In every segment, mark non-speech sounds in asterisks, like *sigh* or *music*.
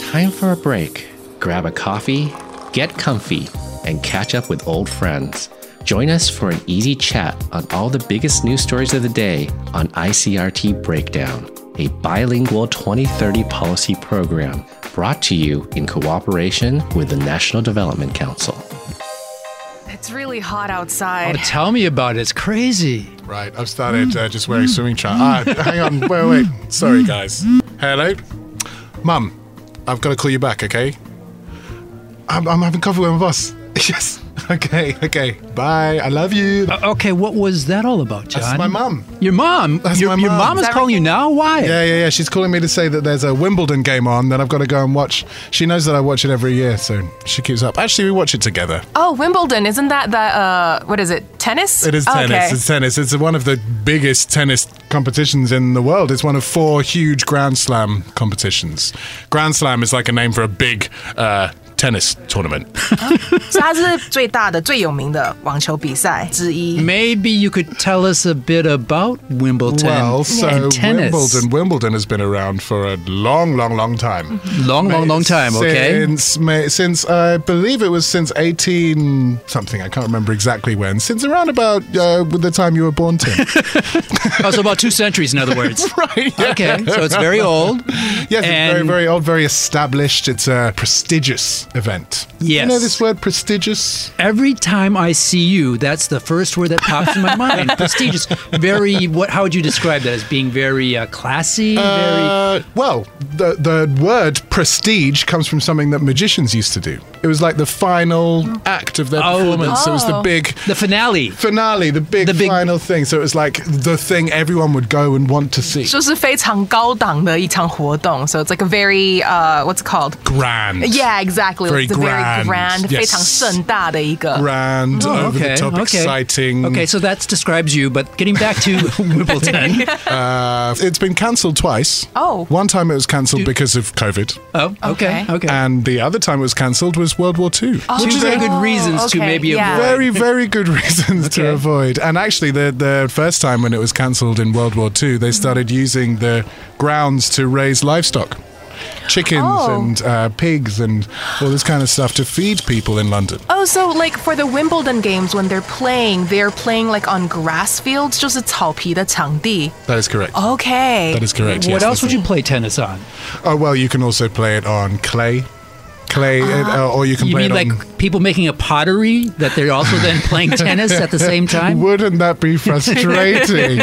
time for a break. Grab a coffee, get comfy, and catch up with old friends. Join us for an easy chat on all the biggest news stories of the day on ICRT Breakdown, a bilingual 2030 policy program brought to you in cooperation with the National Development Council. It's really hot outside. Oh, tell me about it. It's crazy. Right, I've started uh, just wearing swimming trunks. Ah, hang on, wait, wait. Sorry, guys. Hello, Mum. I've got to call you back, okay? I'm, I'm having coffee with my boss. *laughs* yes. Okay. Okay. Bye. I love you. Uh, okay, what was that all about, John? That's my mum. Your mom. That's your, my your mom. mom is Is that calling you now. Why? Yeah, yeah, yeah. She's calling me to say that there's a Wimbledon game on that I've got to go and watch. She knows that I watch it every year, so she keeps up. Actually, we watch it together. Oh, Wimbledon, isn't that the uh what is it? Tennis? Oh, It is tennis. Okay. *laughs* It's *laughs* tennis. It's one of the biggest tennis competitions in the world. It's one of four huge Grand Slam competitions. Grand Slam is like a name for a big uh, tennis tournament. 所以它是最大的、最有名的网球比赛之一。 Maybe you could tell us a bit about Wimbledon Well, so and tennis. Wimbledon, Wimbledon has been around for a long, long, long time. Long, long, long time. Okay. Since, ma- since I believe it was since 18 something, I can't remember exactly when. Since around about uh, with the time you were *laughs* born, Tim. oh, so about two centuries, in other words. *laughs* right. Okay, so it's very old. *laughs* Yes, it's very, And- very old, very established. It's a prestigious event. Yes. You know this word, prestigious? Every time I see you, that's the first word that pops in my *laughs* mind. Prestigious. Very. What? How would you describe that? As being very uh, classy. Uh, well, the the word prestige comes from something that magicians used to do. It was like the final act of their Oh. performance. It was the Oh. big very. The finale. finale, the big, The big- final thing. So it was like the thing everyone would go and want to see. 就是非常高档的一场活动，so it's like a very uh what's it called? grand. Yeah, exactly. Very it's a very grand, grand，、 yes. 非常盛大的一个。 Grand, Oh, over the top, exciting. Okay, so that describes you. But getting back *laughs* to Wimbledon. Uh, it's been cancelled twice. Oh. One time it was cancelled because of COVID. Oh, okay, Okay. okay. And the other time it was cancelled was World War II. Two Oh, very good reasons to okay, maybe yeah. avoid. Very, very good *laughs* reasons to Okay. avoid. And actually, the, the first time when it was cancelled in World War II, Mm-hmm. they started using the grounds to raise livestock chickens Oh. and uh, pigs and all this kind of stuff to feed people in London. Oh, so like for the Wimbledon games when they're playing, they're playing like on grass fields，就是草皮的场地。 That is correct. Oh. Okay. That is correct. what yes, else would that's you play tennis on? it. Oh, well, you can also play it on clay. Clay, Ah. uh, or you can You play mean it on. like people making a pottery that they're also *laughs* then playing tennis at the same time? Wouldn't *laughs* that be frustrating?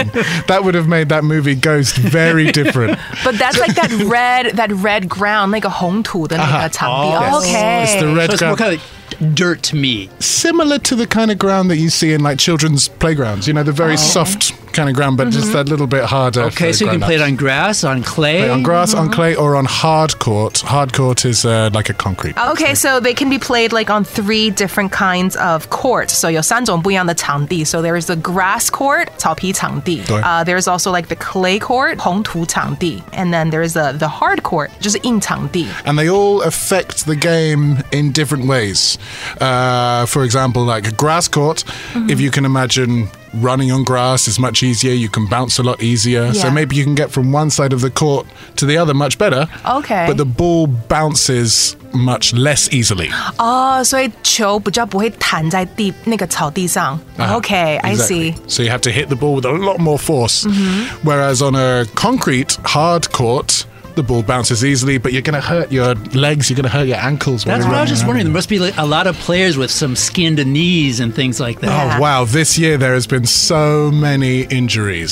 that would have made that movie *laughs* Ghost very different. But that's like *laughs* that red that red ground, like a 红土的那个场地。 Uh-huh. Oh, okay. It's the So red it's more ground. kind of dirt to me. Similar to the kind of ground that you see in like children's playgrounds, you know, the very soft kind of ground, but just that little bit harder. Oh. Mm-hmm. Okay, for so you can play it grown-ups. on Mm-hmm. grass, on clay. Play on grass, on clay, or on hard court. Hard court is uh, like a concrete. Okay, so they can be played like on three different kinds of courts. So 有三种不一样的场地. So there is the grass court, 草皮场地.对。 Uh, there's also like the clay court, 红土场地. And then there is the the hard court, 就是硬场地. and they all affect the game in different ways. Uh, for example, like a grass court, Mm-hmm. if you can imagine running on grass is much easier, you can bounce a lot easier. So Yeah. maybe you can get from one side of the court to the other much better. Okay. But the ball bounces much less easily. Oh, 所以球比较不会弹在地那个草地上. Uh-huh. Okay, I Exactly. see. Mm-hmm. So you have to hit the ball with a lot more force. Whereas on a concrete, hard court, the ball bounces easily, but you're going to hurt your legs, you're going to hurt your ankles. while That's you're what I was running just around. wondering. There must be like a lot of players with some skinned knees and things like that. Yeah. Oh wow, this year there has been so many injuries.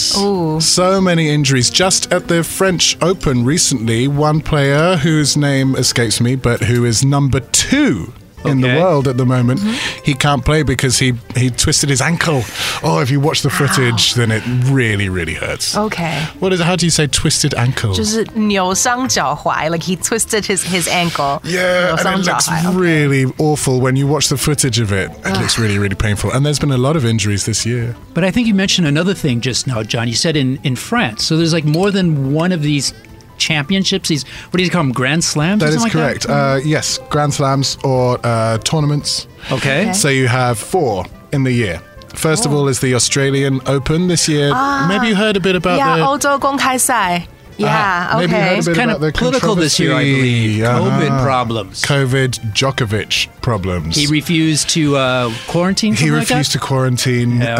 So many injuries. Just at the French Open recently, one player whose name escapes me, but who is number 2 in the Okay. world at the moment, he can't play because he he twisted his ankle. Oh, if you watch the footage, then it really really hurts. Okay. What is how do you say twisted ankle? 就是扭伤脚踝, like he twisted his his ankle. Yeah, and it looks 扭伤脚踝. really awful when you watch the footage of it. It looks really, really painful. And there's been a lot of injuries this year. But I think you mentioned another thing just now, John. You said in, in France. So there's like more than one of these championships, these, what do you call them, Grand Slams? or That is something like correct. Uh, yes, Grand Slams or uh, tournaments. Okay. So you have four in the year. First Ah. of all is the Australian Open this year. Maybe you heard a bit about Yeah, the. 欧洲公开赛 Yeah, Maybe you heard okay. a bit Kind about of the political this year, I controversy. believe. COVID Ah. problems. COVID Djokovic problems. He refused to uh, quarantine. He something like refused that? to quarantine, Yeah,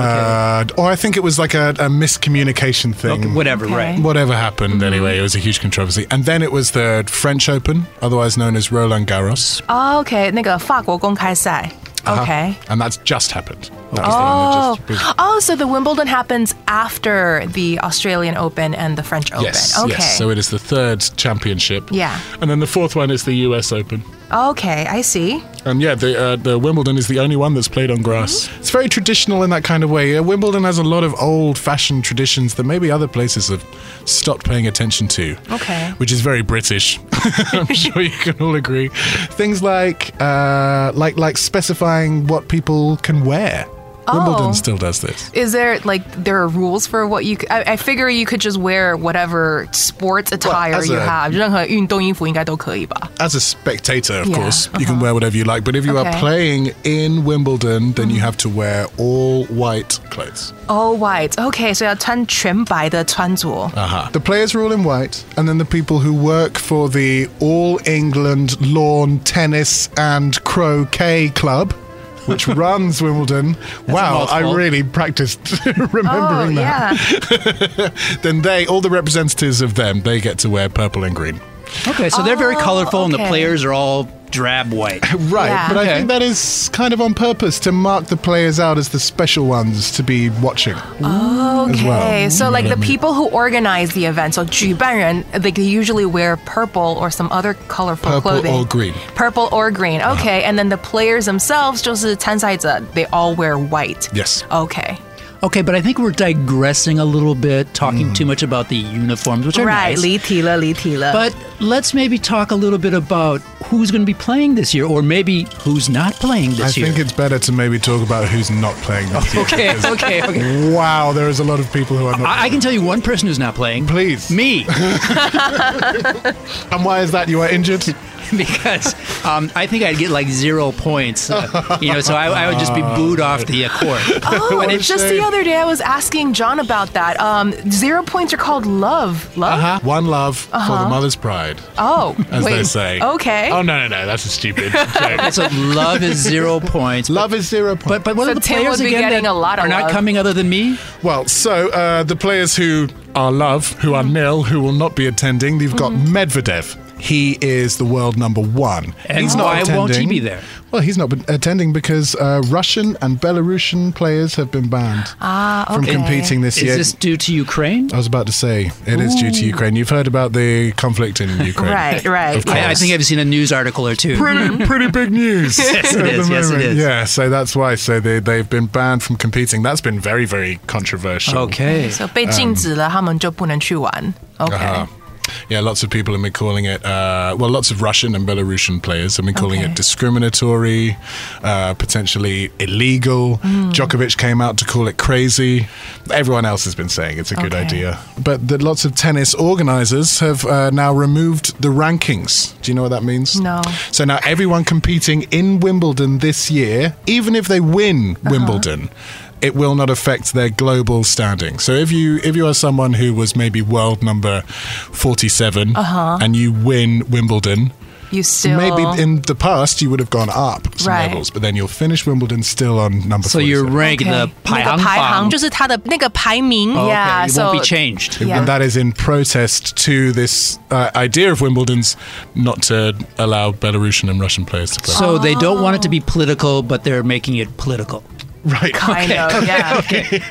uh, or I think it was like a, a miscommunication thing. Okay, whatever, Okay. right? Whatever happened, anyway, it was a huge controversy. And then it was the French Open, otherwise known as Roland Garros. o k 那个法国公开赛。 Uh-huh. Okay. And that's just happened. That was the Oh, one that just- oh, so the Wimbledon happens after the Australian Open and the French Open. Yes, okay. yes. So it is the third championship. Yeah. And then the fourth one is the US Open. okay, I see. And yeah, the, uh, the Wimbledon is the only one that's played on grass. Mm-hmm. It's very traditional in that kind of way. Uh, Wimbledon has a lot of old fashioned traditions that maybe other places have stopped paying attention to. Okay. Which is very British. *laughs* *laughs* I'm sure you can all agree. Things like, uh, like, like specifying what people can wear. Oh. Wimbledon still does this. Is there like there are rules for what you? c- I, I figure you could just wear whatever sports attire as you a- have. 任何运动衣服应该都可以吧？ as a spectator, of Yeah, course, you can wear whatever you like. But if you Okay. are playing in Wimbledon, then you have to wear all white clothes. All white. Okay，所以要穿全白的穿着。 Uh-huh. The players are all in white, and then the people who work for the All England Lawn Tennis and Croquet Club. Which runs Wimbledon. wow, I mouthful. really practiced *laughs* remembering oh that. yeah. Then they, all the representatives of them, they get to wear purple and green. Okay, so they're very Oh, colorful, and the okay. players are all drab *laughs* white. Right, Yeah. but I Okay. think that is kind of on purpose to mark the players out as the special ones to be watching. as well. Okay, so like the people who organize the event, so 举办人, they can usually wear purple or some other colorful Purple clothing. or green. Uh-huh. Purple or green. Okay, and then the players themselves, 就是参赛者, uh, they all wear white. Yes. Okay. Okay, but I think we're digressing a little bit, talking too Hmm. much about the uniforms, which are Right, nice. 离题了，离题了. But let's maybe talk a little bit about who's going to be playing this year, or maybe who's not playing I this year. think it's better to maybe talk about who's not playing this year. okay, *laughs* okay, okay. Wow, there is a lot of people who are not. I, I can tell you one person who's not playing. Please. me, *laughs* and why is that? You *laughs* are injured. because um, I think I'd get like zero points. Uh, you know, so I, I would just be booed off the uh, court. *laughs* oh, what a and just shame. the other day I was asking John about that. Um, zero points are called love. Love? Uh-huh. One love for Uh-huh. the mother's pride, Oh, as wait. they say. Okay. Oh no, no, no. That's *laughs* a stupid joke. So love is zero points. Love is zero But point. but what So are the Tim players would be again getting that a lot of are not love. coming other than me? well, so uh, the players who are love, who Mm-hmm. are nil, who will not be attending, you've got Medvedev. He is the world number one. And he's not why attending. won't he be there? Well, he's not been attending because uh, Russian and Belarusian players have been banned Ah. from Ah, okay. competing this Is year. this due to Ukraine? I was about to say it is due to Ukraine. You've heard about the conflict in *laughs* Ukraine, Right, right, Of yeah. course. I, I think I've seen a news article or two. pretty, pretty big news. *laughs* Yes, it is. at the Yes, it moment. is. Yeah, so that's why. So they they've been banned from competing. That's been very, very controversial. Okay. So 被禁止了，他们就不能去玩. Okay. Um, Uh-huh. Yeah, lots of people have been calling it, uh, well, lots of Russian and Belarusian players have been calling Okay. it discriminatory, uh, potentially illegal. Mm. Djokovic came out to call it crazy. Everyone else has been saying it's a good Okay. idea. But the, lots of tennis organizers have uh, now removed the rankings. Do you know what that means? No. So now everyone competing in Wimbledon this year, even if they win Uh-huh. Wimbledon, it will not affect their global standing. So if you if you are someone who was maybe world number 47 and you win Wimbledon, You Uh-huh. still maybe in the past you would have gone up some Right. levels, but then you'll finish Wimbledon still on number So you're 47. ranked in the 排行榜。那 Oh, 个排行就是它的那个排名 Okay, ，yeah, it so won't be changed. Yeah. And that is in protest to this uh, idea of Wimbledon's not to allow Belarusian and Russian players to play. Oh, So they don't want it to be political, but they're making it political. right. Kind of, yeah.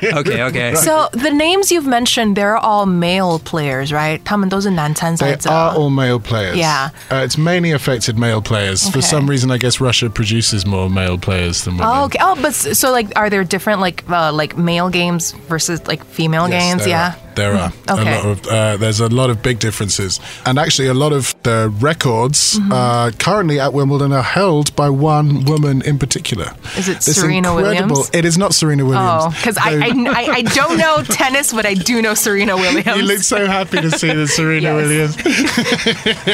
*laughs* Okay, okay. So the names you've mentioned, they're all male players, right? They 他们都是男参赛者。 are all male players. Yeah. Uh, it's mainly affected male players. For Okay. some reason, I guess Russia produces more male players than women. Oh, okay. Oh, but s- so like, are there different like uh, like male games versus like female Yes, games? there Yeah. Are. There are. Okay. A lot of, uh, there's a lot of big differences. And actually, a lot of the records Mm-hmm. uh, currently at Wimbledon are held by one woman in particular. Is it This Serena incredible- Williams? It is not Serena Williams. Oh, because I, I, I I don't *laughs* know tennis, but I do know Serena You look Williams. so happy to see the Serena Yes. Williams.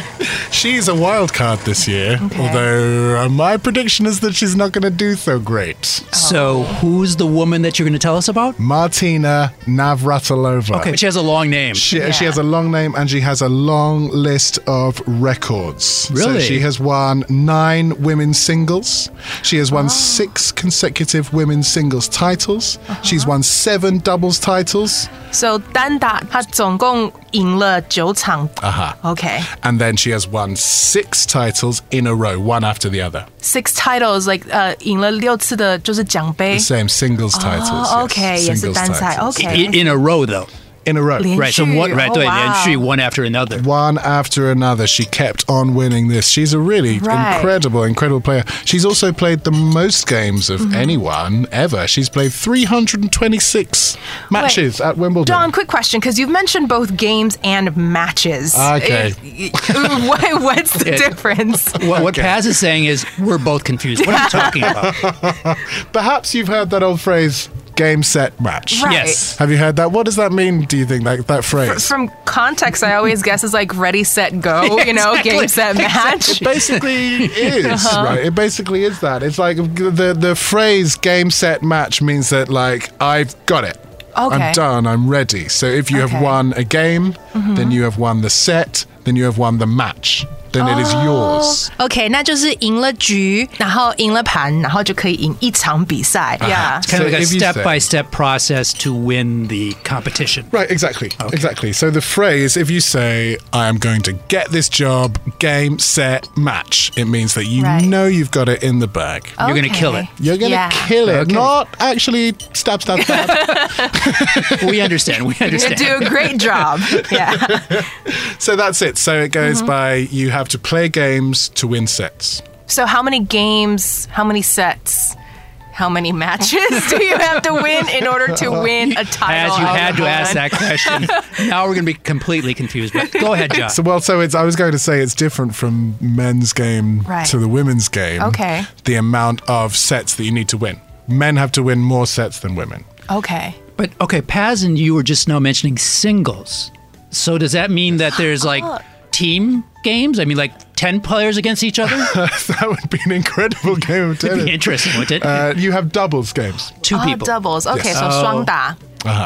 *laughs* she's a wild card this year, Okay. although uh, my prediction is that she's not going to do so great. So who's the woman that you're going to tell us about? Martina Navratilova. Okay. But she has a long name. She, Yeah. she has a long name and she has a long list of records. So Really? she has won nine women's singles. She has Ah. won six consecutive women's singles titles. Uh-huh. She's won seven doubles titles. So 单打她总共赢了九场。Uh-huh。 Aha. Okay, And then she has won six titles in a row, one after the other. six titles like 呃赢了六次的就是奖杯 The。same singles titles. yes. Oh, okay, yes, Singles that's right, titles. okay. I- In, a row, though. In a row. Lin- Right. So Shoot. one, right, Oh, 对, wow. and she one after *laughs* another. one after another. She kept on winning this. She's a really Right. incredible, incredible player. She's also played the most games of Mm-hmm. anyone ever. She's played 326 matches at Wimbledon. Don, quick question, because you've mentioned both games and matches. Okay. *laughs* Uh, what, what's the It- difference? What, what Paz is saying is we're both confused. What are you talking about? Perhaps you've heard that old phrase game set *laughs* match. Right. Yes. Have you heard that? What does that mean, do you think, that, that Fr- phrase? From context, I always guess is like ready, set, go. *laughs* you know, game, set, match. It *laughs* basically is Uh-huh. right. It basically is that. It's like the the phrase "game set match" means that like I've got it. Okay. I'm done. I'm ready. So if you Okay. Mm-hmm. have won a game, then you have won the set. Then you have won the match. Then it is yours. OK，那就是赢了局，然后赢了盘，然后就可以赢一场比赛。Yeah，Uh-huh. It's kind of So like a if you say- step by step process to win the competition. Right, exactly. Exactly. So the phrase, if you say, I am going to get this job, game, set, match, it means that you Right. Oh, know you've got it in the bag. You're going to kill it. You're going to Yeah. kill it. Okay. Not actually stab, stab, *laughs* stab. We understand. We You understand. do a great *laughs* job. Yeah. So that's it. So it goes Mm-hmm. by you have to play games to win sets. So how many games? How many sets? How many matches do you have to win in order *laughs* to win a Paz, title? you out had of to ask one? that *laughs* question. now we're going to be completely confused. But go ahead, John. *laughs* So well, so it's I was going to say it's different from men's game Right. to the women's game. Okay. The amount of sets that you need to win. Men have to win more sets than women. *laughs* Okay. But okay, Paz and you were just now mentioning singles. So does that mean that there's like team games? I mean, like ten players against each other? that would be an incredible game *laughs* of It'd be tennis. interesting, wouldn't it? Uh, you have doubles games. Two Ah, people. Oh. Uh-huh. doubles. Okay, Yes. so 双打。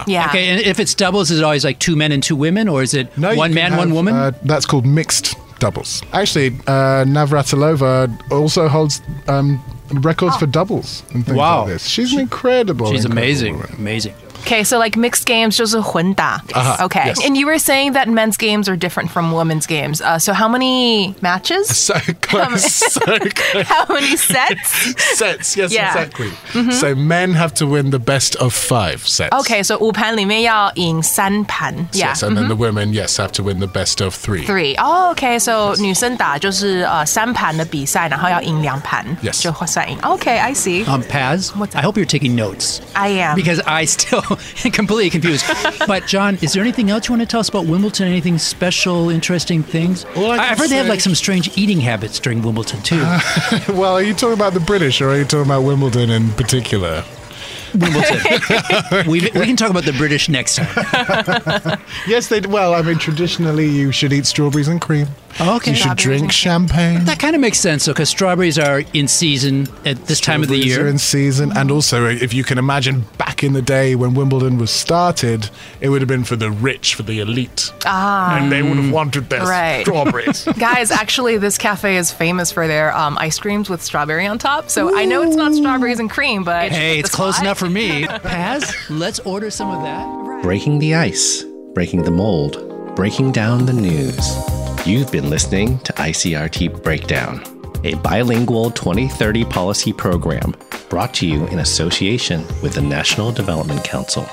Yeah. Okay, and if it's doubles, is it always like two men and two women, or is it you one can man, have, one woman? uh, that's called mixed doubles. Actually, uh, Navratilova also holds um, records Oh. for doubles and things Wow. like this. She's an incredible. She's incredible amazing, woman. amazing. Okay, so like mixed games 就是混打. Uh-huh, Okay. yes. And you were saying that men's games are different from women's games. Uh, so how many matches? So *laughs* close. so close. *laughs* How many *laughs* sets? sets. Yes, Yeah. exactly. So men have to win the best of five sets. Okay, so 五盘里面要赢三盘. Yeah. Yes, and then the women, yes, have to win the best of Mm-hmm. three. Three. Oh, okay. So uh, 女生打就是呃三盘的比赛，然后要赢两盘 Yes. Okay, I *laughs* see. Um, Paz, What's I that? hope you're taking notes I am. because I still *laughs* am completely confused. but John, is there anything else you want to tell us about Wimbledon? Anything special, interesting things? All I can have heard they have say- Uh. like some strange eating habits during Wimbledon too. *laughs* Well, are you talking about the British or are you talking about Wimbledon in particular? Wimbledon. *laughs* we, we can talk about the British next time. Yes, they. Well, I mean, traditionally you should eat strawberries and cream. Okay. You should Strawberries and cream. drink champagne. That kind of makes sense, though, because strawberries are in season at this time of the Strawberries are year. in season, and also uh, if you can imagine back in the day when Wimbledon was started, it would have been for the rich, for the elite, ah, and they would have wanted their Right. *laughs* strawberries. Guys, actually, this cafe is famous for their um, ice creams with strawberry on top. So I know it's not strawberries and cream, but hey, it's the close spot. enough *laughs* for me. Paz, let's order some of that. breaking the ice, breaking the mold, breaking down the news. You've been listening to ICRT Breakdown, a bilingual 2030 policy program brought to you in association with the National Development Council.